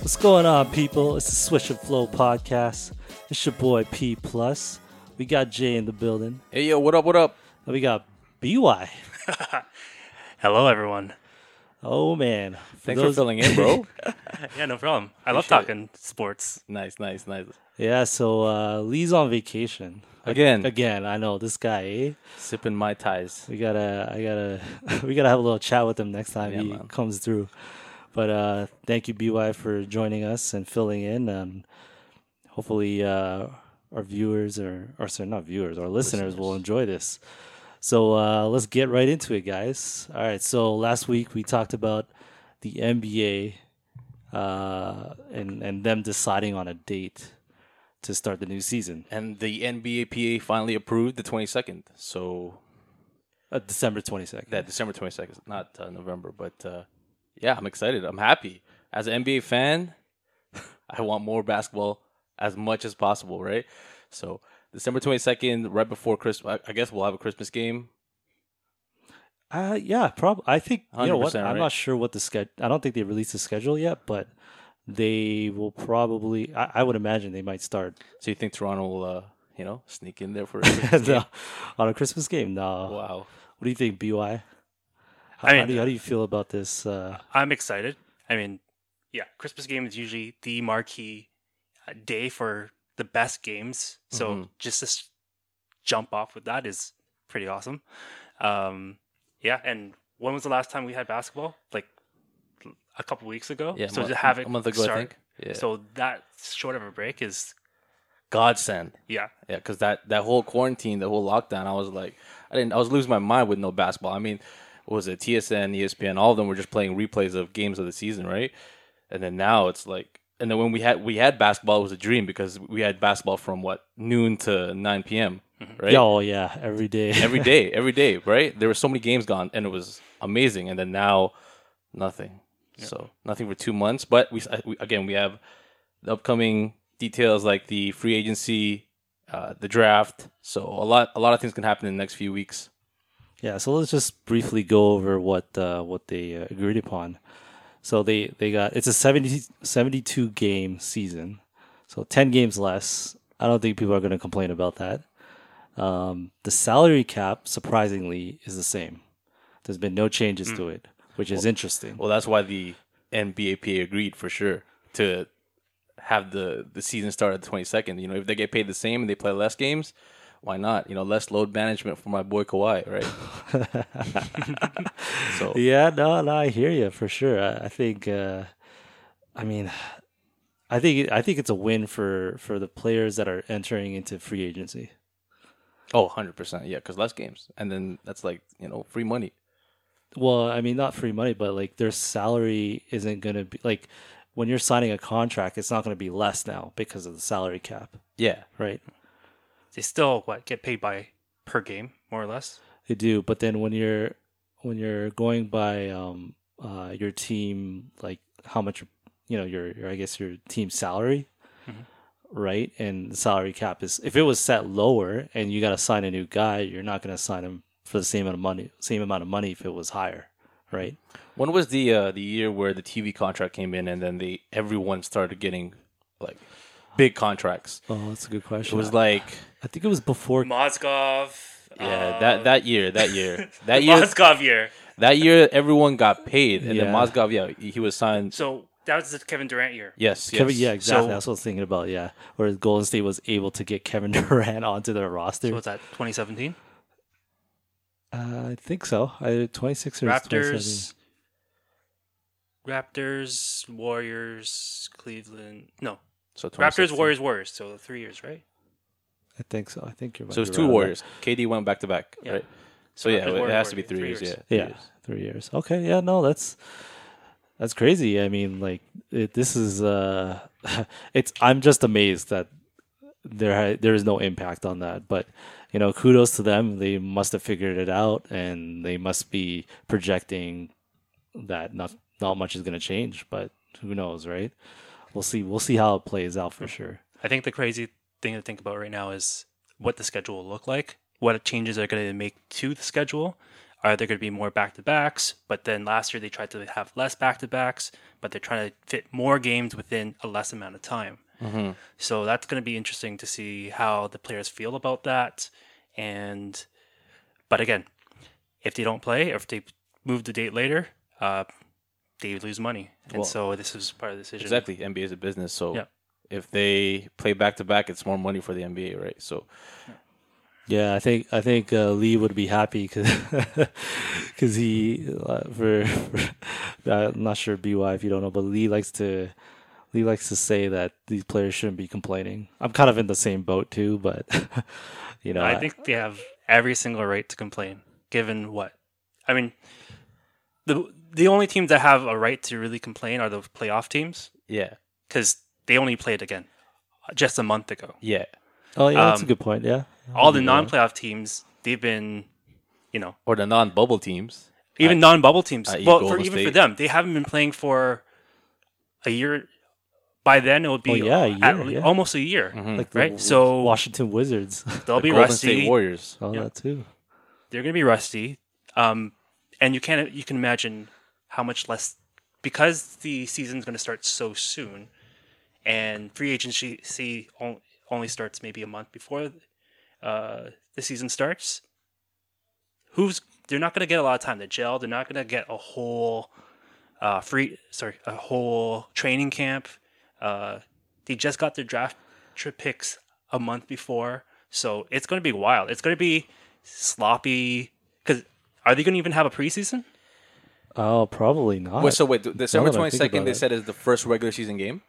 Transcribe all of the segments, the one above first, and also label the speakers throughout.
Speaker 1: What's going on, people? It's the Swish and Flow podcast. It's your boy P Plus. We got Jay in the building,
Speaker 2: Hey yo, what up? What up?
Speaker 1: and we got BY.
Speaker 3: Hello, everyone.
Speaker 1: Oh man! For
Speaker 2: Thanks
Speaker 1: those-
Speaker 2: for filling in, bro.
Speaker 3: Yeah, no problem. I love talking sports.
Speaker 2: nice, nice, nice.
Speaker 1: Yeah, so uh, Lee's on vacation
Speaker 2: Again.
Speaker 1: Again, I know this guy. Eh?
Speaker 2: Sipping my ties.
Speaker 1: We gotta, I gotta, we gotta have a little chat with him next time
Speaker 2: Yeah,
Speaker 1: he
Speaker 2: man.
Speaker 1: comes through. But uh, thank you, BY, for joining us and filling in. Um, hopefully, uh, our viewers or, or sorry, not viewers, our listeners, will enjoy this. So uh, let's get right into it, guys. All right. So last week we talked about the NBA uh, and and them deciding on a date to start the new season,
Speaker 2: And the NBAPA finally approved the 22nd. So
Speaker 1: uh, December twenty second.
Speaker 2: that December 22nd, not uh, November, but uh, yeah, I'm excited. I'm happy. As an NBA fan, I want more basketball as much as possible, right? So December 22nd, right before Christmas, I I guess we'll have a Christmas game.
Speaker 1: Uh, yeah, probably. I think you know what.
Speaker 2: 100%,
Speaker 1: I'm
Speaker 2: right?
Speaker 1: not sure what the schedule. I don't think they released the schedule yet, but they will probably. I, I would imagine they might start
Speaker 2: So you think Toronto will, uh, you know, sneak in there for a Christmas game?
Speaker 1: no, on a Christmas game. No,
Speaker 2: Wow.
Speaker 1: what do you think, By? How,
Speaker 3: I
Speaker 1: how,
Speaker 3: mean-
Speaker 1: do you, how do you feel about this? Uh,
Speaker 3: I'm excited. I mean, yeah, Christmas game is usually the marquee uh, day for the best games. So
Speaker 2: Mhm.
Speaker 3: just to s- jump off with that is pretty awesome. Um, yeah, and when was the last time we had basketball? Like a couple weeks ago.
Speaker 2: Yeah,
Speaker 3: so
Speaker 2: mo-
Speaker 3: to have it
Speaker 2: a month ago,
Speaker 3: start,
Speaker 2: I think. Yeah.
Speaker 3: So that short of a break is
Speaker 2: godsend.
Speaker 3: yeah.
Speaker 2: Yeah, because that that whole quarantine, the whole lockdown, I was like, I didn't, I was losing my mind with no basketball. I mean, what was it TSN, ESPN, all of them were just playing replays of games of the season, right? And then now it's like, and then when we had we had basketball, it was a dream because we had basketball from what noon to nine p.m. Right?
Speaker 1: yeah, oh yeah, every day.
Speaker 2: every day, every day, right? There were so many games gone, and it was amazing. And then now, nothing. So nothing for two months. But we, I- we again, we have the upcoming details like the free agency, uh, the draft. So a lot, a lot of things can happen in the next few weeks.
Speaker 1: Yeah, so let's just briefly go over what uh, what they uh, agreed upon. So they they got it's a 70, 72 game season, so ten games less. I don't think people are going to complain about that. Um, the salary cap, surprisingly, is the same. There's been no changes to it, which is interesting.
Speaker 2: Hmm. Well, that's why the NBAPA agreed for sure to have the the season start at the twenty second. You know, if they get paid the same and they play less games. Why not? You know, less load management for my boy Kawhi, right? so
Speaker 1: Yeah, no, no, I hear you for sure. I, I think, uh, I mean, I think I think it's a win for for the players that are entering into free agency.
Speaker 2: Oh, 100 percent, yeah, because less games, and then that's like you know free money.
Speaker 1: Well, I mean, not free money, but like their salary isn't going to be like when you're signing a contract, it's not going to be less now because of the salary cap,
Speaker 2: Yeah,
Speaker 1: right?
Speaker 3: They still what get paid by per game more or less.
Speaker 1: They do, but then when you're when you're going by um uh your team, like how much you know your, your I guess your team salary, right? And the salary cap is if it was set lower and you got to sign a new guy, you're not going to sign him for the same amount of money, same amount of money if it was higher, right?
Speaker 2: when was the uh, the year where the TV contract came in, and then they everyone started getting like big contracts?
Speaker 1: Oh, that's a good
Speaker 2: It
Speaker 1: question.
Speaker 2: was like
Speaker 1: I think it was before
Speaker 3: Mozgov.
Speaker 2: yeah,
Speaker 3: uh,
Speaker 2: that that year, that year, that
Speaker 3: the
Speaker 2: year,
Speaker 3: Mozgov year.
Speaker 2: that year, everyone got paid, and
Speaker 1: Yeah.
Speaker 2: then Mozgov, yeah, he was signed.
Speaker 3: So that was the Kevin Durant year.
Speaker 2: Yes, yes.
Speaker 1: Kevin, yeah, exactly.
Speaker 3: So-
Speaker 1: That's what I was thinking about. Yeah, where Golden State was able to get Kevin Durant onto their roster.
Speaker 3: So what's that? 2017
Speaker 1: uh, I think so. I twenty six or
Speaker 3: Raptors. Raptors, Warriors, Cleveland. No,
Speaker 2: So
Speaker 3: Raptors,
Speaker 2: 2016.
Speaker 3: Warriors, Warriors. So the three years, right?
Speaker 1: I think so. I think you're.
Speaker 2: So it was
Speaker 1: you're
Speaker 2: two
Speaker 1: right on that.
Speaker 2: Warriors. KD went back to back,
Speaker 3: Yeah.
Speaker 2: right? So yeah,
Speaker 3: Raptors,
Speaker 2: it
Speaker 3: Warriors,
Speaker 2: has to be
Speaker 3: Warriors,
Speaker 2: three,
Speaker 3: three
Speaker 2: years.
Speaker 3: years.
Speaker 2: Yeah, three
Speaker 1: Yeah,
Speaker 2: years.
Speaker 1: three years. Okay, yeah, no, that's that's crazy. I mean, like it, this is uh, it's. I'm just amazed that there ha- there is no impact on that. But you know, kudos to them. They must have figured it out, and they must be projecting that not not much is going to change. But who knows, right? We'll see. We'll see how it plays out for sure.
Speaker 3: I think the crazy thing to think about right now is what the schedule will look like, what changes are going to make to the schedule, are there going to be more back to backs? But then last year they tried to have less back to backs, but they're trying to fit more games within a less amount of time.
Speaker 2: Mm-hmm.
Speaker 3: So that's going to be interesting to see how the players feel about that. And, but again, if they don't play or if they move the date later, uh, they lose money. And
Speaker 2: Well,
Speaker 3: so this is part of the decision.
Speaker 2: Exactly. NBA is a business, so
Speaker 3: Yeah.
Speaker 2: if they play back to back, it's more money for the NBA, right? So
Speaker 1: Yeah, I think I think uh, Lee would be happy because he uh, for, for- I'm not sure by if you don't know, but Lee likes to Lee likes to say that these players shouldn't be complaining. I'm kind of in the same boat too, but you know,
Speaker 3: I think they have every single right to complain, given what. I mean, the the only teams that have a right to really complain are the playoff teams
Speaker 2: yeah,
Speaker 3: because they only played again uh, just a month ago.
Speaker 2: yeah,
Speaker 1: oh yeah, that's
Speaker 3: um,
Speaker 1: a good point. Yeah,
Speaker 3: All the
Speaker 1: Oh, Yeah.
Speaker 3: non-playoff teams, they've been, you know,
Speaker 2: or the non-bubble teams.
Speaker 3: even non-bubble teams.
Speaker 2: i.e.
Speaker 3: well, for,
Speaker 2: Golden
Speaker 3: even for
Speaker 2: State.
Speaker 3: them, they haven't been playing for a year. By then, it would be
Speaker 1: Oh, yeah, a
Speaker 3: at
Speaker 1: year,
Speaker 3: le-
Speaker 1: yeah. Mm-hmm.
Speaker 3: almost a year,
Speaker 2: Mhm.
Speaker 1: like the
Speaker 3: right?
Speaker 1: W-
Speaker 3: So
Speaker 1: Washington Wizards,
Speaker 3: they'll
Speaker 2: The
Speaker 3: be
Speaker 2: Golden
Speaker 3: rusty.
Speaker 2: State Warriors.
Speaker 1: all
Speaker 3: Yeah.
Speaker 1: that too.
Speaker 3: they're going to be rusty. Um, and you can you can imagine how much less because the season's going to start so soon, and free agency see on- only starts maybe a month before uh, the season starts. Who's they're not going to get a lot of time to gel. They're not going to get a whole uh, free sorry a whole training camp. Uh, they just got their draft tri- picks a month before, so it's going to be wild. It's going to be sloppy. Because are they going to even have a preseason?
Speaker 1: Oh, probably not.
Speaker 2: Wait, so wait, th- December
Speaker 1: that I
Speaker 2: twenty
Speaker 1: think
Speaker 2: second,
Speaker 1: about
Speaker 2: they
Speaker 1: it.
Speaker 2: said is the first regular season game.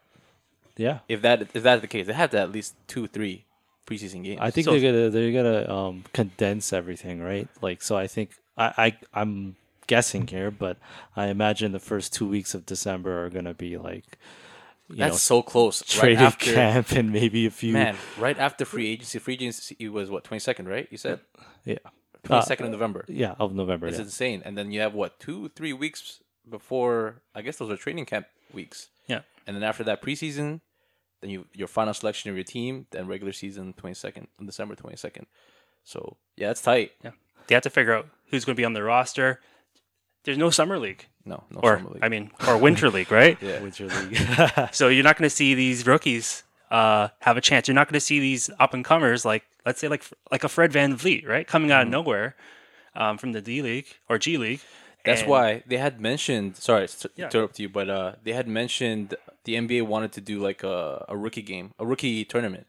Speaker 1: yeah,
Speaker 2: If that if that's the case, they have to at least two, three preseason games.
Speaker 1: I think
Speaker 3: So-
Speaker 1: they're gonna they're gonna um, condense everything, right? Like, so I think I, I I'm guessing here, but I imagine the first two weeks of December are gonna be like you
Speaker 2: that's
Speaker 1: know
Speaker 2: so close.
Speaker 1: trading
Speaker 2: right after,
Speaker 1: camp and maybe a few
Speaker 2: man, right after free agency. Free agency was what twenty second, right? You said
Speaker 1: yeah Uh,
Speaker 2: twenty second of November.
Speaker 1: yeah of November.
Speaker 2: It's
Speaker 1: Yeah.
Speaker 2: insane. And then you have what two, three weeks before? I guess those are training camp weeks.
Speaker 3: Yeah.
Speaker 2: And then after that preseason, then you your final selection of your team, then regular season twenty second, December twenty second. So yeah, it's tight.
Speaker 3: They have to figure out who's going to be on the roster. There's no summer league,
Speaker 2: No, no
Speaker 3: or
Speaker 2: summer league.
Speaker 3: I mean, or winter league, right?
Speaker 2: yeah.
Speaker 1: Winter League.
Speaker 3: So you're not going to see these rookies uh, have a chance. You're not going to see these up and comers like let's say like like a Fred Van Vliet, right, coming
Speaker 2: Mm-hmm.
Speaker 3: out of nowhere um, from the D League or G League.
Speaker 2: That's
Speaker 3: And-
Speaker 2: why they had mentioned. Sorry s- to
Speaker 3: Yeah.
Speaker 2: interrupt you, but uh, they had mentioned the NBA wanted to do like a, a rookie game, a rookie tournament,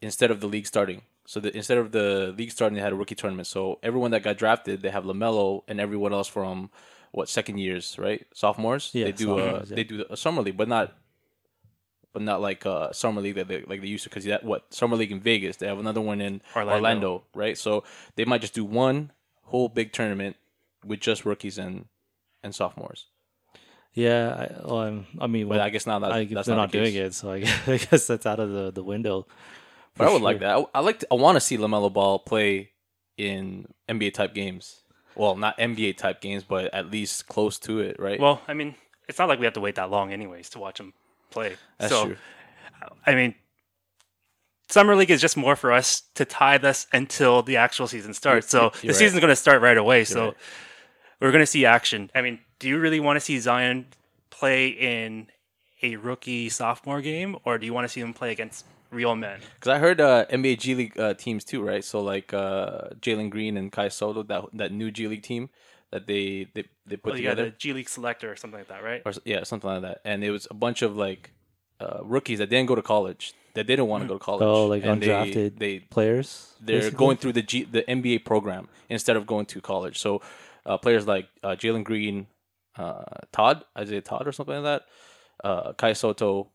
Speaker 2: instead of the league starting. So the, instead of the league starting, they had a rookie tournament. So everyone that got drafted, they have Lamelo and everyone else from what second years, right? Sophomores.
Speaker 1: Yeah,
Speaker 2: they do
Speaker 1: sophomores,
Speaker 2: a
Speaker 1: yeah.
Speaker 2: they do a summer league, but not. But not like uh, summer league that they like they used to because that what summer league in Vegas they have another one in
Speaker 3: Orlando.
Speaker 2: Orlando right so they might just do one whole big tournament with just rookies and and sophomores.
Speaker 1: yeah, I, well, I'm, I mean,
Speaker 2: But I guess now that
Speaker 1: I guess
Speaker 2: that's
Speaker 1: they're
Speaker 2: not,
Speaker 1: not doing it, so I guess, I guess that's out of the the window.
Speaker 2: But I would
Speaker 1: For
Speaker 2: like that. I, I like. To, I want to see Lamelo Ball play in NBA type games. Well, not NBA type games, but at least close to it, right?
Speaker 3: Well, I mean, it's not like we have to wait that long, anyways, to watch them play.
Speaker 2: that's
Speaker 3: so
Speaker 2: true.
Speaker 3: I mean, summer league is just more for us to tie this until the actual season starts. So the
Speaker 2: you're right.
Speaker 3: season's going to start right away. so
Speaker 2: right.
Speaker 3: we're going to see action. I mean, do you really want to see Zion play in a rookie sophomore game, or do you want to see him play against real men?
Speaker 2: Because I heard uh, NBA G League uh, teams too, right? So like uh, Jalen Green and Kai Soto, that that new G League team that they they, they put
Speaker 3: Well, you got
Speaker 2: together.
Speaker 3: a G League selector or something like that, right?
Speaker 2: or s- yeah, something like that. And it was a bunch of like uh, rookies that didn't go to college, that didn't want to go to college.
Speaker 1: Oh, like
Speaker 2: And they-
Speaker 1: undrafted
Speaker 2: They
Speaker 1: players.
Speaker 2: they're
Speaker 1: basically?
Speaker 2: going through the G, the NBA program instead of going to college. So uh, players like uh, Jalen Green, uh, Todd Isaiah Todd or something like that, uh, Kai Soto,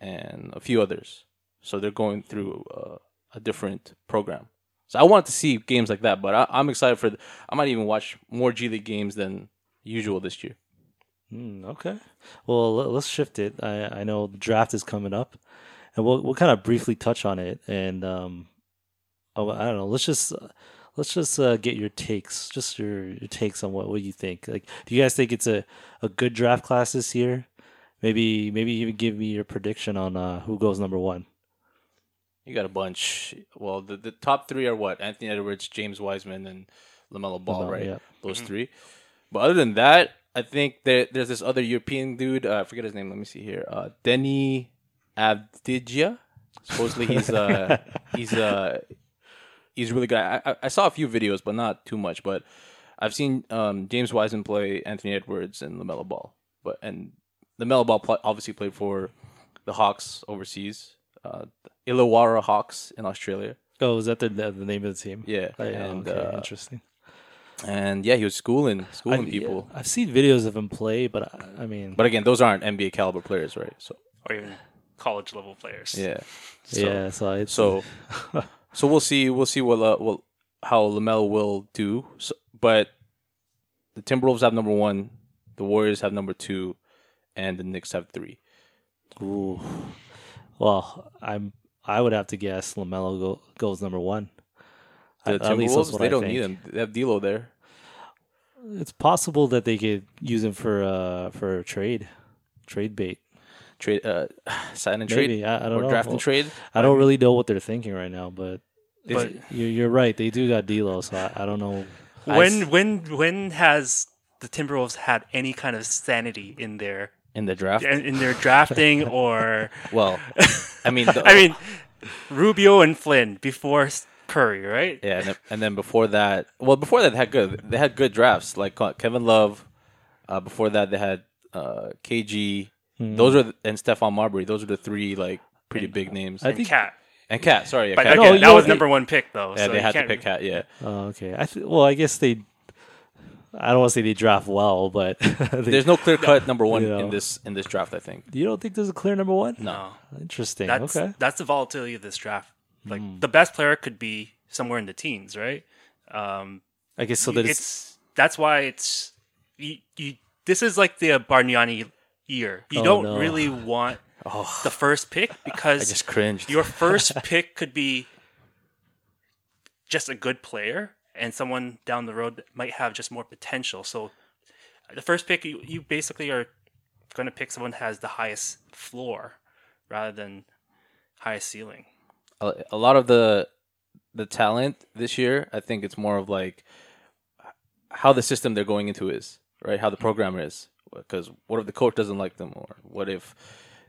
Speaker 2: and a few others. So they're going through uh, a different program. So I wanted to see games like that, but I, I'm excited for. The, I might even watch more G League games than usual this year.
Speaker 1: Mm, okay. Well, le- let's shift it. I, I know the draft is coming up, and we'll we'll kind of briefly touch on it. And um, oh, I don't know. Let's just uh, let's just uh, get your takes, just your, your takes on what what you think. Like, do you guys think it's a, a good draft class this year? Maybe maybe even give me your prediction on uh, who goes number one.
Speaker 2: You got a bunch. Well, the, the top three are what? Anthony Edwards, James Wiseman, and Lamelo Ball,
Speaker 1: Lamelo,
Speaker 2: right?
Speaker 1: yeah.
Speaker 2: Those three. But other than that, I think there, there's this other European dude. Uh, I forget his name. Let me see here. Uh, Denny Abdigia. Supposedly he's uh, he's uh, he's really good. I, I, I saw a few videos, but not too much. But I've seen um, James Wiseman play Anthony Edwards and Lamelo Ball. But and Lamelo Ball pl- obviously played for the Hawks overseas, uh, Illawarra Hawks in Australia.
Speaker 1: Oh, is that the, the the name of the team?
Speaker 2: Yeah,
Speaker 1: Oh,
Speaker 2: and
Speaker 1: okay,
Speaker 2: uh,
Speaker 1: interesting.
Speaker 2: and yeah, he was schooling schooling
Speaker 1: I-
Speaker 2: people.
Speaker 1: I've seen videos of him play, but I, I mean,
Speaker 2: But again, those aren't NBA caliber players, right? So
Speaker 3: or even college level players.
Speaker 2: yeah, so,
Speaker 1: yeah. So it's
Speaker 2: So so we'll see we'll see what uh, what how Lamelo will do. So, but the Timberwolves have number one, the Warriors have number two, and the Knicks have three.
Speaker 1: Ooh. Well, I'm. I would have to guess Lamelo go, goes number one.
Speaker 2: The
Speaker 1: At- at least that's
Speaker 2: Timberwolves
Speaker 1: what
Speaker 2: they
Speaker 1: I
Speaker 2: don't
Speaker 1: think.
Speaker 2: need him. They have D'Lo there.
Speaker 1: It's possible that they could use him for uh for a trade, trade bait.
Speaker 2: Trade uh, sign and
Speaker 1: Maybe
Speaker 2: trade
Speaker 1: I, I don't
Speaker 2: or
Speaker 1: know.
Speaker 2: draft and
Speaker 1: Well,
Speaker 2: trade.
Speaker 1: I don't really know what they're thinking right now, but
Speaker 3: But
Speaker 1: you're, you're right. They do got D'Lo, so I, I don't know. I
Speaker 3: when
Speaker 1: s-
Speaker 3: when when has the Timberwolves had any kind of sanity in their
Speaker 2: in the draft.
Speaker 3: in in their drafting or
Speaker 2: Well, I mean, the-
Speaker 3: I mean Rubio and Flynn before S- Curry, right?
Speaker 2: Yeah, and then, and then before that, well, before that they had good, they had good drafts like Ke- Kevin Love. Uh, before that, they had uh, KG.
Speaker 1: Hmm.
Speaker 2: Those are and Stephon Marbury. Those are the three like pretty big names.
Speaker 1: I
Speaker 3: And
Speaker 1: think.
Speaker 3: Cat.
Speaker 2: and Cat, sorry, yeah,
Speaker 3: But
Speaker 2: Cat.
Speaker 1: No,
Speaker 3: again,
Speaker 1: you
Speaker 3: that
Speaker 1: know,
Speaker 3: was
Speaker 1: they-
Speaker 3: number one pick though.
Speaker 2: yeah,
Speaker 3: so
Speaker 2: they
Speaker 3: you
Speaker 2: had to
Speaker 3: can't-
Speaker 2: pick Cat. Yeah,
Speaker 1: Oh, okay. I th- well, I guess they. I don't want to say they draft well, but they,
Speaker 2: there's no clear cut number one
Speaker 1: You know.
Speaker 2: in this in this draft. I think
Speaker 1: you don't think there's a clear number one?
Speaker 3: No.
Speaker 1: Interesting.
Speaker 3: That's
Speaker 1: okay.
Speaker 3: that's the volatility of this draft. Like the best player could be somewhere in the teens, right? Um
Speaker 1: I guess so.
Speaker 3: it's,
Speaker 1: That it's
Speaker 3: that's why it's you, you this is like the Bargnani year. You
Speaker 1: Oh,
Speaker 3: don't
Speaker 1: no.
Speaker 3: really want the first pick because
Speaker 2: just cringed.
Speaker 3: your first pick could be just a good player and someone down the road that might have just more potential. So the first pick you, you basically are going to pick someone who has the highest floor rather than highest ceiling.
Speaker 2: a, a lot of the the talent this year, I think it's more of like how the system they're going into is, right? How the program is. Because what if the coach doesn't like them, or what if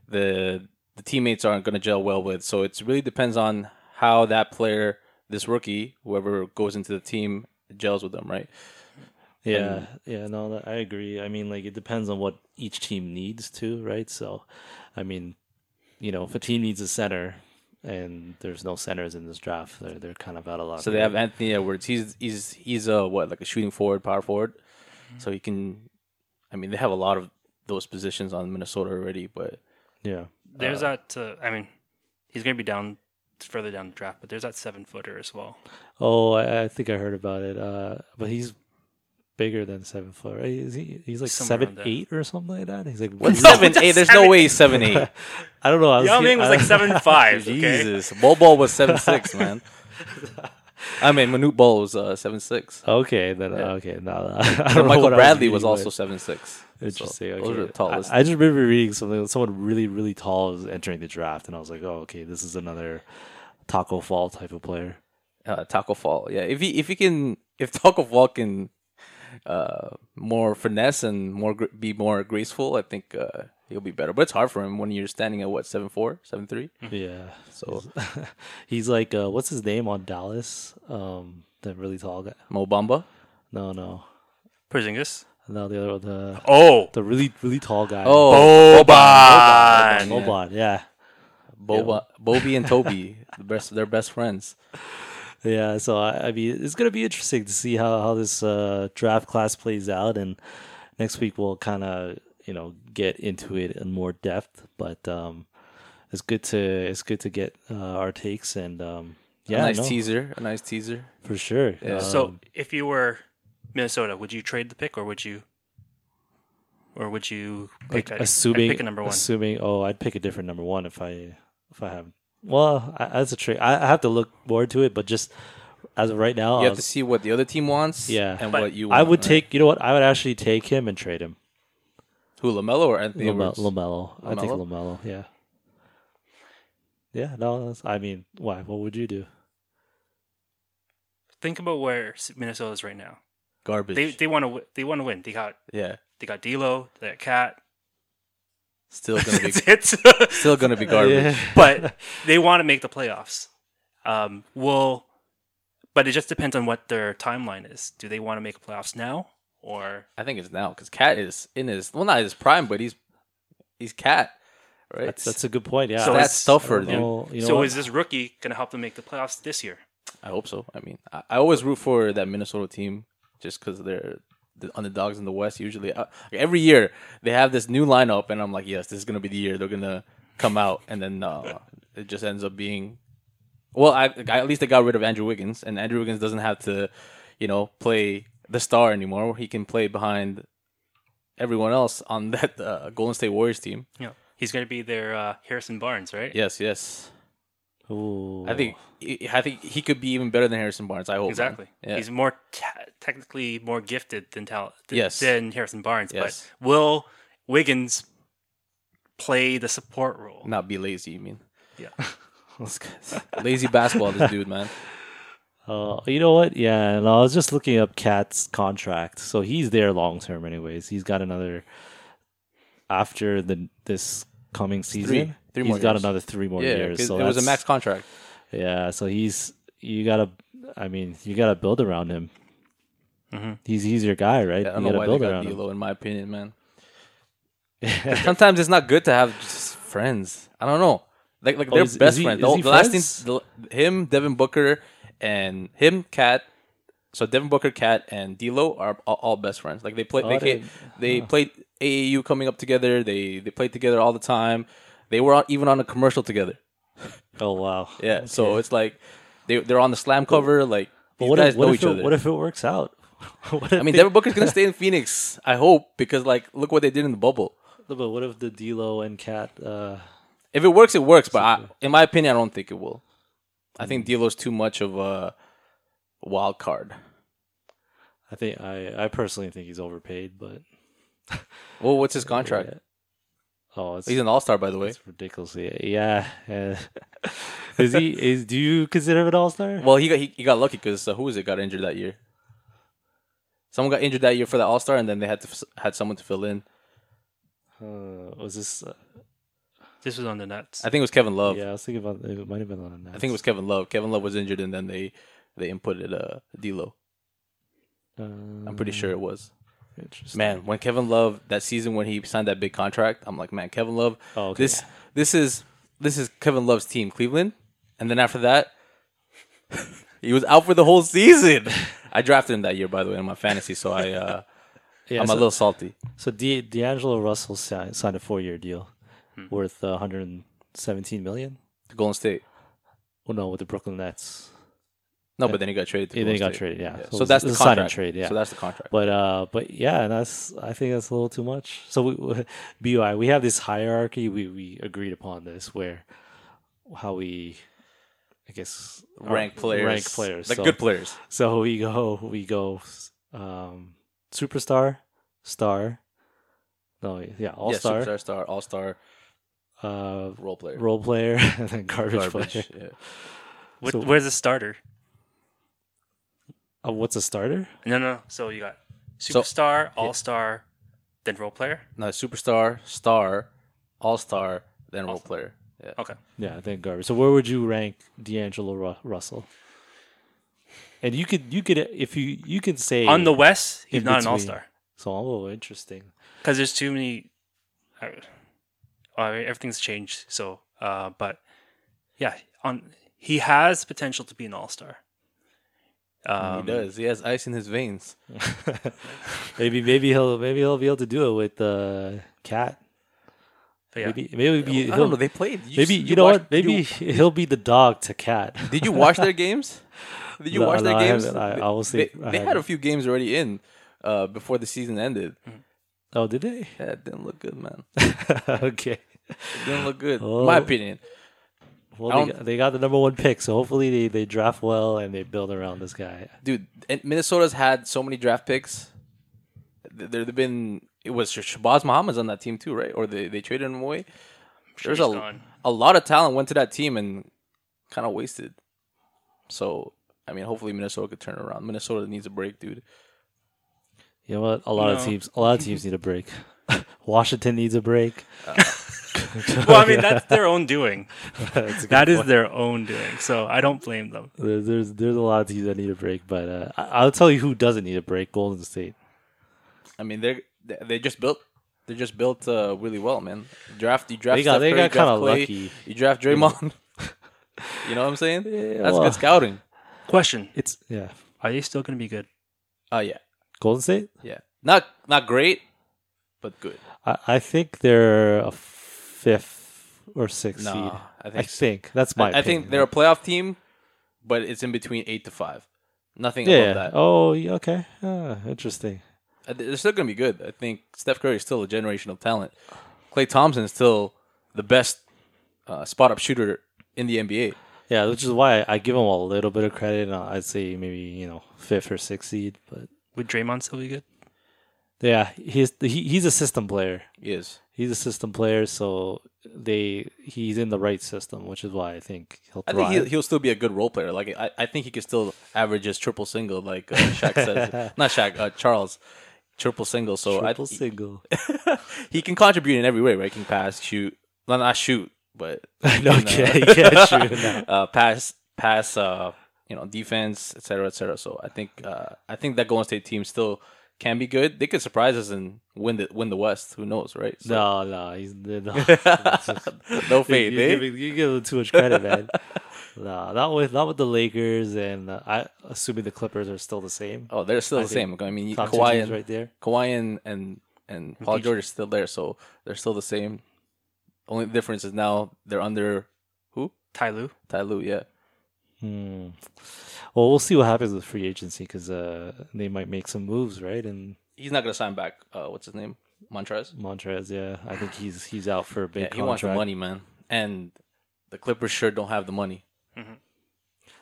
Speaker 2: the the teammates aren't going to gel well with? So it really depends on how that player, this rookie, whoever goes into the team, gels with them, right?
Speaker 1: Yeah, yeah, no, that- I agree. I mean, like it depends on what each team needs too, right? So, I mean, you know, if a team needs a center and there's no centers in this draft, they're they're kind of out of luck.
Speaker 2: So they have Anthony Edwards. He's he's he's a what like a shooting forward, power forward. So he can. I mean, they have a lot of those positions on Minnesota already, but
Speaker 1: yeah,
Speaker 3: There's that, uh, I mean, he's going to be down further down the draft, but there's that seven footer as well.
Speaker 1: Oh, I, I think I heard about it. Uh, but he's bigger than seven foot. Right? Is he? He's like
Speaker 3: Somewhere around
Speaker 1: seven
Speaker 3: there.
Speaker 1: eight or something like that. He's like
Speaker 2: What
Speaker 1: really-
Speaker 2: seven eight? There's no way he's seven eight.
Speaker 1: I don't know. I was
Speaker 3: Yao
Speaker 1: hear-
Speaker 3: Ming was
Speaker 1: I-
Speaker 3: like seven five. Okay?
Speaker 2: Jesus, Bol Bol was seven six, man. I mean, Manute Bol was uh, seven six.
Speaker 1: Okay, then okay, no, no. I don't know
Speaker 2: And Michael
Speaker 1: what I
Speaker 2: Bradley was,
Speaker 1: reading,
Speaker 2: also
Speaker 1: but-
Speaker 2: seven six.
Speaker 1: Interesting.
Speaker 2: So,
Speaker 1: okay.
Speaker 2: Those are the tallest.
Speaker 1: I, I just remember reading something. Someone really, really tall is entering the draft, and I was like, "Oh, okay, this is another Taco Fall type of player."
Speaker 2: uh, Taco Fall. Yeah, if he if he can if Taco Fall can uh, more finesse and more gr- be more graceful, I think uh, he'll be better. But it's hard for him when you're standing at what seven four, seven three.
Speaker 1: Yeah.
Speaker 2: So
Speaker 1: He's like, uh, what's his name on Dallas? Um, the really tall guy.
Speaker 2: Mobamba.
Speaker 1: No, no,
Speaker 3: Porzingis.
Speaker 1: no, the other the
Speaker 3: Oh,
Speaker 1: the really, really tall guy.
Speaker 2: Oh,
Speaker 3: Boban.
Speaker 1: Boban. Yeah.
Speaker 2: Boba, Bobby and Toby, the best, they're best friends.
Speaker 1: Yeah, so I, I mean, it's gonna be interesting to see how how this uh, draft class plays out, and next week we'll kind of you know get into it in more depth. But um, it's good to it's good to get uh, our takes and um, yeah,
Speaker 2: a nice
Speaker 1: no,
Speaker 2: teaser, a nice teaser.
Speaker 1: for sure. Uh, Um,
Speaker 3: So, if you were Minnesota, would you trade the pick, or would you, or would you pick a, I'd
Speaker 1: assuming
Speaker 3: pick a number one?
Speaker 1: assuming oh, I'd pick a different number one if I if I have well I, that's a trick. I, I have to look more to it, but just as of right now,
Speaker 2: You
Speaker 1: I
Speaker 2: have to see what the other team wants,
Speaker 1: Uh, Yeah.
Speaker 2: and
Speaker 3: But
Speaker 2: what you. Want,
Speaker 1: I would
Speaker 2: right?
Speaker 1: take you know what I would actually take him and trade him.
Speaker 2: who Lamelo or Anthony
Speaker 1: Lame-
Speaker 2: Edwards.
Speaker 1: Lamelo. I think
Speaker 2: Lamelo?
Speaker 1: Lamelo. Yeah. Yeah. No. That's, I mean, why? What would you do?
Speaker 3: think about where Minnesota is right now.
Speaker 2: Garbage.
Speaker 3: They they want to they want to win. They got
Speaker 2: yeah.
Speaker 3: they got D'Lo, that cat.
Speaker 2: Still gonna be
Speaker 3: it's,
Speaker 2: still gonna be garbage.
Speaker 3: but they want to make the playoffs. Um, will, but it just depends on what their timeline is. Do they want to make playoffs now or
Speaker 2: I think it's now because Cat is in his well, not his prime, but he's he's Cat, right?
Speaker 1: That's, that's a good point. Yeah.
Speaker 3: So
Speaker 2: that's
Speaker 3: it's-
Speaker 2: tougher,
Speaker 1: I
Speaker 2: dude.
Speaker 1: don't know- you know
Speaker 3: so
Speaker 1: what?
Speaker 3: is this rookie going to help them make the playoffs this year?
Speaker 2: I hope so. I mean, I, I always root for that Minnesota team just because they're the underdogs in the West. Usually, uh, every year they have this new lineup, and I'm like, yes, this is gonna be the year they're gonna come out, and then uh, it just ends up being. Well, I, I at least they got rid of Andrew Wiggins, and Andrew Wiggins doesn't have to, you know, play the star anymore. He can play behind everyone else on that uh, Golden State Warriors team.
Speaker 3: You know, he's going to be their uh, Harrison Barnes, right?
Speaker 2: Yes, yes.
Speaker 1: Ooh.
Speaker 2: I think I think he could be even better than Harrison Barnes. I hope man.
Speaker 3: Exactly.
Speaker 2: Yeah.
Speaker 3: He's more ta- technically more gifted than talent than,
Speaker 2: Yes.
Speaker 3: than Harrison Barnes.
Speaker 2: Yes.
Speaker 3: But will Wiggins play the support role?
Speaker 2: Not be lazy. You mean
Speaker 3: Yeah.
Speaker 2: lazy basketball? This dude, man.
Speaker 1: Uh, you know what? Yeah, and I was just looking up Cat's contract. So he's there long term, anyways. He's got another after the this coming season.
Speaker 2: three
Speaker 1: he's
Speaker 2: more
Speaker 1: got
Speaker 2: years.
Speaker 1: another three more
Speaker 2: yeah,
Speaker 1: years.
Speaker 2: 'cause
Speaker 1: So
Speaker 2: it was a
Speaker 1: that's-
Speaker 2: max contract.
Speaker 1: Yeah, so he's you gotta. I mean, you gotta build around him. He's he's your guy, right?
Speaker 2: Mm-hmm. I don't
Speaker 1: you
Speaker 2: know
Speaker 1: gotta
Speaker 2: why they
Speaker 1: build
Speaker 2: got
Speaker 1: around him.
Speaker 2: D'Lo. In my opinion, man. Sometimes it's not good to have just friends. I don't know. Like like they're
Speaker 1: Oh, is-
Speaker 2: best
Speaker 1: is he-
Speaker 2: friends.
Speaker 1: is
Speaker 2: The,
Speaker 1: he
Speaker 2: the last
Speaker 1: friends?
Speaker 2: thing, the, him, Devin Booker, and him, Cat. So Devin Booker, Cat, and D'Lo are all, all best friends. Like they play, they
Speaker 1: Oh, they-
Speaker 2: ca- they played AAU coming up together. They they played together all the time. They were on, even on a commercial together.
Speaker 1: Oh wow.
Speaker 2: Yeah, so it's like they they're on the slam cover. Like
Speaker 1: But
Speaker 2: these
Speaker 1: what
Speaker 2: guys
Speaker 1: if, what,
Speaker 2: know
Speaker 1: if
Speaker 2: each
Speaker 1: it,
Speaker 2: other.
Speaker 1: what if it works out? what if
Speaker 2: I mean, Devin Booker's gonna stay in Phoenix. I hope because like look what they did in the bubble.
Speaker 1: the, but what if the D'Lo and Cat? Uh,
Speaker 2: If it works, it works. But I, in my opinion, I don't think it will. I think D'Lo's too much of a wild card.
Speaker 1: I think I I personally think he's overpaid, but
Speaker 2: Well, what's his contract?
Speaker 1: oh, it's,
Speaker 2: He's an All Star, by the way.
Speaker 1: it's ridiculous. Yeah, yeah. uh, is he is? Do you consider him an all star?
Speaker 2: Well, he got he, he got lucky because uh, who was it got injured that year? Someone got injured that year for the All Star, and then they had to f- had someone to fill in.
Speaker 1: Uh, was this? Uh,
Speaker 3: This was on the nuts.
Speaker 2: I think it was Kevin Love.
Speaker 1: yeah, I was thinking about it. Might have been on.
Speaker 2: I think it was Kevin Love. Kevin Love was injured, and then they they inputted uh, D'Lo. I'm
Speaker 1: Mm.
Speaker 2: pretty sure it was.
Speaker 1: Uh, Interesting.
Speaker 2: Man, when Kevin Love that season when he signed that big contract, I'm like, man, Kevin Love,
Speaker 1: Oh, okay.
Speaker 2: this this is this is Kevin Love's team, Cleveland. And then after that, he was out for the whole season. I drafted him that year, by the way, in my fantasy, so I uh,
Speaker 1: Yeah,
Speaker 2: I'm
Speaker 1: so,
Speaker 2: a little salty.
Speaker 1: so D- D'Angelo Russell signed, signed a four year deal worth uh, 117 million.
Speaker 2: To Golden State.
Speaker 1: Well, no, with the Brooklyn Nets.
Speaker 2: No, but then he got traded. To
Speaker 1: Yeah, then he
Speaker 2: Golden
Speaker 1: got
Speaker 2: State.
Speaker 1: traded, yeah. So
Speaker 2: So,
Speaker 1: it was-
Speaker 2: that's
Speaker 1: it
Speaker 2: the
Speaker 1: was a sign and
Speaker 2: contract.
Speaker 1: trade, yeah.
Speaker 2: So that's the contract.
Speaker 1: But uh, but yeah, that's I think that's a little too much. So we, we BUI, we have this hierarchy. We we agreed upon this where how we, I guess, our-
Speaker 2: rank players,
Speaker 1: rank players,
Speaker 2: like
Speaker 1: so,
Speaker 2: good players.
Speaker 1: So we go we go, um, superstar, star, no, yeah, all
Speaker 2: yeah,
Speaker 1: star,
Speaker 2: superstar, star, all star,
Speaker 1: uh,
Speaker 2: role player,
Speaker 1: role player, and then garbage, player.
Speaker 2: garbage. Yeah.
Speaker 3: Wh-
Speaker 1: so-
Speaker 3: where's the starter?
Speaker 1: Uh, what's a starter?
Speaker 3: No, no. So you got
Speaker 2: So-
Speaker 3: superstar, all star, then role player.
Speaker 2: No, superstar, star, all star, then role player. Yeah.
Speaker 3: Okay.
Speaker 1: Yeah, then garbage. So where would you rank D'Angelo Ru- Russell? And you could you could if you you can say
Speaker 3: On the West, he's
Speaker 1: in
Speaker 3: not an
Speaker 1: between.
Speaker 3: all star
Speaker 1: So oh, interesting.
Speaker 3: because there's too many. I, I mean, everything's changed. So, uh, but yeah, on he has potential to be an all star. Um,
Speaker 2: he does. He has ice in his veins.
Speaker 1: maybe maybe he'll maybe he'll be able to do it with uh, cat.
Speaker 3: but yeah.
Speaker 1: Maybe maybe be,
Speaker 2: I
Speaker 1: he'll-
Speaker 2: don't know. They played. You,
Speaker 1: maybe you, know
Speaker 2: watched-
Speaker 1: what? Maybe
Speaker 2: you-
Speaker 1: he'll be the dog to cat.
Speaker 2: did you watch their games? Did you
Speaker 1: No,
Speaker 2: watch their
Speaker 1: no, I
Speaker 2: games?
Speaker 1: haven't. I-
Speaker 2: They-
Speaker 1: I will see.
Speaker 2: They,
Speaker 1: I
Speaker 2: they had a
Speaker 1: haven't.
Speaker 2: few games already in uh, before the season ended.
Speaker 1: oh, did they?
Speaker 2: Yeah, it didn't look good, man.
Speaker 1: okay.
Speaker 2: It didn't look good.
Speaker 1: Oh.
Speaker 2: In my opinion. I
Speaker 1: Well, they
Speaker 2: don't-
Speaker 1: got, they got the number one pick, so hopefully they, they draft well and they build around this guy.
Speaker 2: dude, and Minnesota's had so many draft picks. Th- There have been it was Shabazz Muhammad's on that team too, right? Or they, they traded him away. There's
Speaker 3: he's
Speaker 2: a
Speaker 3: gone.
Speaker 2: a lot of talent went to that team and kind of wasted. So I mean, hopefully Minnesota could turn around. Minnesota needs a break, dude.
Speaker 1: You know what? A lot of
Speaker 3: No.
Speaker 1: teams, a lot of teams need a break. Washington needs a break.
Speaker 3: Well, I mean, that's their own doing.
Speaker 1: That's a
Speaker 3: That is their own doing. So I don't blame them.
Speaker 1: There- There's there's a lot of teams that need a break, but uh, I- I'll tell you who doesn't need a break: Golden State.
Speaker 2: I mean, they're they- they just built. They just built uh, really well, man. Draft you draft.
Speaker 1: They got-
Speaker 2: Steph
Speaker 1: they
Speaker 2: Curry,
Speaker 1: got
Speaker 2: draft
Speaker 1: kinda
Speaker 2: Clay,
Speaker 1: lucky.
Speaker 2: You draft Draymond. you know what I'm saying? That's
Speaker 1: well.
Speaker 2: good scouting.
Speaker 3: Question:
Speaker 1: It's yeah,
Speaker 3: Are they still going to be good?
Speaker 2: Oh yeah,
Speaker 1: Golden State.
Speaker 2: yeah. Not not great, but good.
Speaker 1: I, I think they're a fifth or sixth
Speaker 2: Nah,
Speaker 1: seed.
Speaker 2: I think
Speaker 1: I
Speaker 2: so.
Speaker 1: think that's my.
Speaker 2: I think
Speaker 1: opinion.
Speaker 2: they're a playoff team, but it's in between eight to five. Nothing
Speaker 1: Yeah.
Speaker 2: above that.
Speaker 1: Oh, yeah, okay. Ah, interesting.
Speaker 2: Uh, They're still going to be good. I think Steph Curry is still a generational talent. Clay Thompson is still the best uh, spot up shooter in the NBA.
Speaker 1: Yeah, which is why I, I give them a little bit of credit. and I'd say maybe you know fifth or sixth seed, but
Speaker 3: Would Draymond still be good?
Speaker 1: yeah, he's he, he's a system player.
Speaker 2: He is.
Speaker 1: He's a system player, so they he's in the right system, which is why I think he'll
Speaker 2: I
Speaker 1: thrive.
Speaker 2: think he'll, he'll still be a good role player. Like I, I think he could still average his triple single, like uh, Shaq says. Not Shaq, uh, Charles, triple single. So
Speaker 1: triple
Speaker 2: I,
Speaker 1: single.
Speaker 2: he can contribute in every way, right? He can pass, shoot, well, not shoot, but
Speaker 1: no,
Speaker 2: you know,
Speaker 1: yeah, yeah, true. No.
Speaker 2: uh, pass, pass, uh, you know, defense, etc., cetera, etc. So I think uh, I think that Golden State team still can be good. They could surprise us and win the win the West. Who knows, right? So,
Speaker 1: No, no, he's no.
Speaker 2: no
Speaker 1: You-
Speaker 2: faith.
Speaker 1: you,
Speaker 2: eh?
Speaker 1: giving, you give them too much credit, man. no, not with not with the Lakers, and uh, I assuming the Clippers are still the same.
Speaker 2: Oh, they're still
Speaker 1: I
Speaker 2: the same.
Speaker 1: think
Speaker 2: I mean,
Speaker 1: Top two
Speaker 2: Kawhi
Speaker 1: teams
Speaker 2: and
Speaker 1: right there.
Speaker 2: Kawhi and and, and Paul
Speaker 3: PG.
Speaker 2: George is still there, so they're still the same. Only difference is now they're under who?
Speaker 3: Ty Lue?
Speaker 2: Ty Lue, yeah.
Speaker 1: Hmm. Well, we'll see what happens with free agency because uh, they might make some moves, right? And
Speaker 2: He's not gonna sign back. Uh, what's his name? Montrez.
Speaker 1: Montrez, yeah, I think he's he's out for a big
Speaker 2: Yeah, he
Speaker 1: contract.
Speaker 2: wants the money, man. And the Clippers sure don't have the money.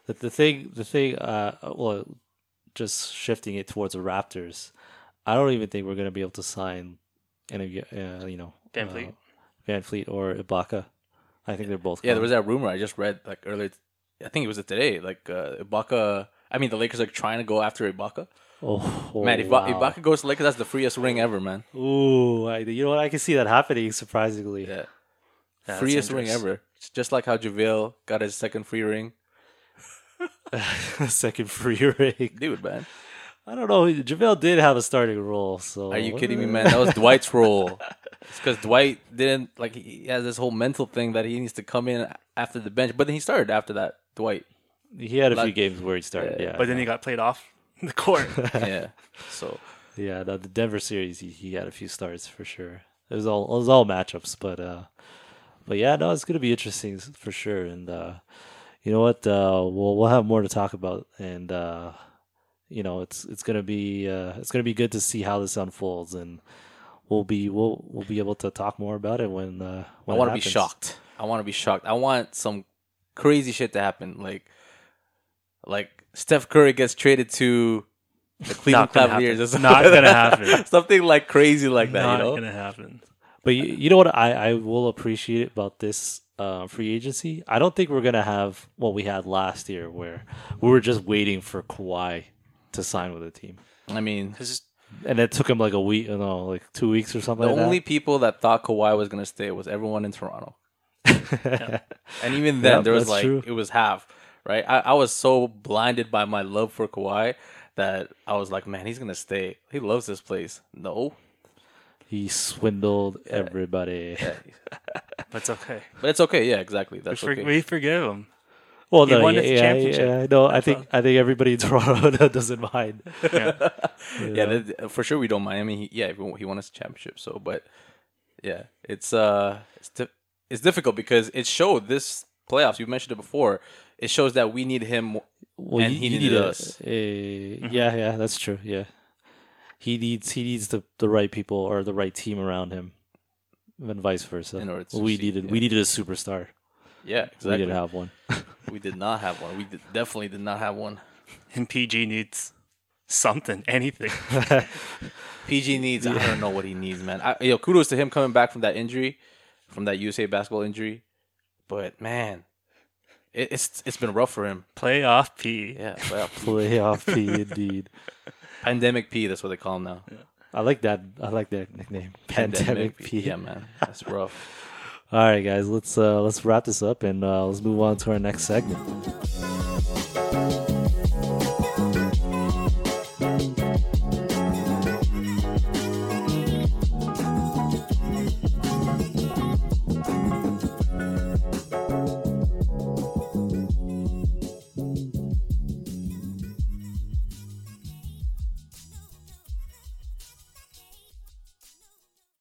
Speaker 1: The, the thing, the thing, uh, well, just shifting it towards the Raptors, I don't even think we're gonna be able to sign, any, uh, you know,
Speaker 3: Van
Speaker 1: uh,
Speaker 3: Fleet.
Speaker 1: Van Fleet or Ibaka. I think they're both.
Speaker 2: Yeah, there
Speaker 1: gone.
Speaker 2: was that rumor I just read like earlier. I think it was today. Like uh, Ibaka. I mean, the Lakers are trying to go after Ibaka.
Speaker 1: Oh, oh,
Speaker 2: man, if
Speaker 1: wow.
Speaker 2: Ibaka goes to Lakers, that's the freest ring ever, man.
Speaker 1: Ooh, I, you know what? I can see that happening. Surprisingly,
Speaker 2: Yeah,
Speaker 3: that's
Speaker 2: freest ring
Speaker 3: dangerous.
Speaker 2: ever. It's Just like how JaVale got his second free ring,
Speaker 1: second free ring.
Speaker 2: dude, man.
Speaker 1: I don't know. JaVale did have a starting role, so
Speaker 2: Are you kidding me, man? That was Dwight's role. It's because Dwight didn't like he has this whole mental thing that he needs to come in after the bench, but then he started after that. Dwight,
Speaker 1: He had a few
Speaker 2: Like-
Speaker 1: games where he started. Yeah,
Speaker 3: But then he got played off the court.
Speaker 2: yeah. So
Speaker 1: Yeah, the, the Denver series, he, he had a few starts for sure. It was all it was all matchups, but uh, but yeah, no, it's gonna be interesting s- for sure. And uh, you know what? Uh, we'll we'll have more to talk about, and uh, you know, it's it's gonna be uh, it's gonna be good to see how this unfolds, and we'll be we'll we'll be able to talk more about it when uh,
Speaker 2: I
Speaker 1: when it
Speaker 2: want to be
Speaker 1: happens.
Speaker 2: shocked. I want to be shocked. I want some crazy shit to happen, like like Steph Curry gets traded to the Cleveland
Speaker 3: gonna
Speaker 2: Cavaliers. or
Speaker 3: happen. Not gonna happen.
Speaker 2: something like crazy like that,
Speaker 3: Not
Speaker 2: you know?
Speaker 3: gonna happen.
Speaker 1: But you, you know what I, I will appreciate about this uh, free agency? I don't think we're going to have what we had last year where we were just waiting for Kawhi to sign with the team.
Speaker 2: I mean,
Speaker 3: Because
Speaker 1: And it took him like a week, you know, like two weeks or something
Speaker 2: the
Speaker 1: like
Speaker 2: only people that thought Kawhi was gonna stay was everyone in Toronto.
Speaker 1: that.
Speaker 2: And even then,
Speaker 1: Yeah,
Speaker 2: there was
Speaker 1: that's
Speaker 2: like
Speaker 1: true.
Speaker 2: it was half, right? I, I was so blinded by my love for Kawhi that I was like, man, he's gonna stay. He loves this place. No,
Speaker 1: he swindled
Speaker 3: Uh,
Speaker 1: everybody.
Speaker 3: that's okay.
Speaker 2: but it's okay. Yeah, exactly.
Speaker 3: We,
Speaker 2: That's
Speaker 3: for,
Speaker 2: okay.
Speaker 3: we forgive him.
Speaker 1: Well,
Speaker 3: He
Speaker 1: no,
Speaker 3: won
Speaker 1: yeah,
Speaker 3: his
Speaker 1: yeah,
Speaker 3: championship.
Speaker 1: yeah, no, I think I think everybody in Toronto doesn't mind.
Speaker 3: Yeah.
Speaker 2: Yeah, that- for sure we don't mind. I mean, he, yeah, he won- he won us a championship. So, but yeah, it's uh, it's di- it's difficult because it showed this playoffs. You mentioned it before. It shows that we need him.
Speaker 1: Well,
Speaker 2: And
Speaker 1: you-
Speaker 2: he Mm-hmm.
Speaker 1: you
Speaker 2: needed
Speaker 1: need a-
Speaker 2: us.
Speaker 1: a- yeah, yeah, that's true. Yeah, he needs he needs the, the right people or the right team around him, and vice versa.
Speaker 2: In order to
Speaker 1: we
Speaker 2: succeed,
Speaker 1: needed
Speaker 2: yeah.
Speaker 1: we needed a superstar.
Speaker 2: Yeah,
Speaker 1: We
Speaker 2: exactly.
Speaker 1: didn't have one.
Speaker 2: We did not have one. We did, definitely did not have one.
Speaker 3: And PG needs something, anything.
Speaker 2: PG needs. I don't know what he needs, man. I, yo, kudos to him coming back from that injury, from that USA basketball injury. But man, It, it's it's been rough for him.
Speaker 3: Playoff P.
Speaker 2: Yeah, playoff.
Speaker 1: Playoff P indeed.
Speaker 2: pandemic P. That's what they call him now.
Speaker 1: I like that. I like that nickname. Pandemic, P.
Speaker 2: Yeah, man, that's rough.
Speaker 1: All right, guys. Let's uh, let's wrap this up and uh, let's move on to our next segment.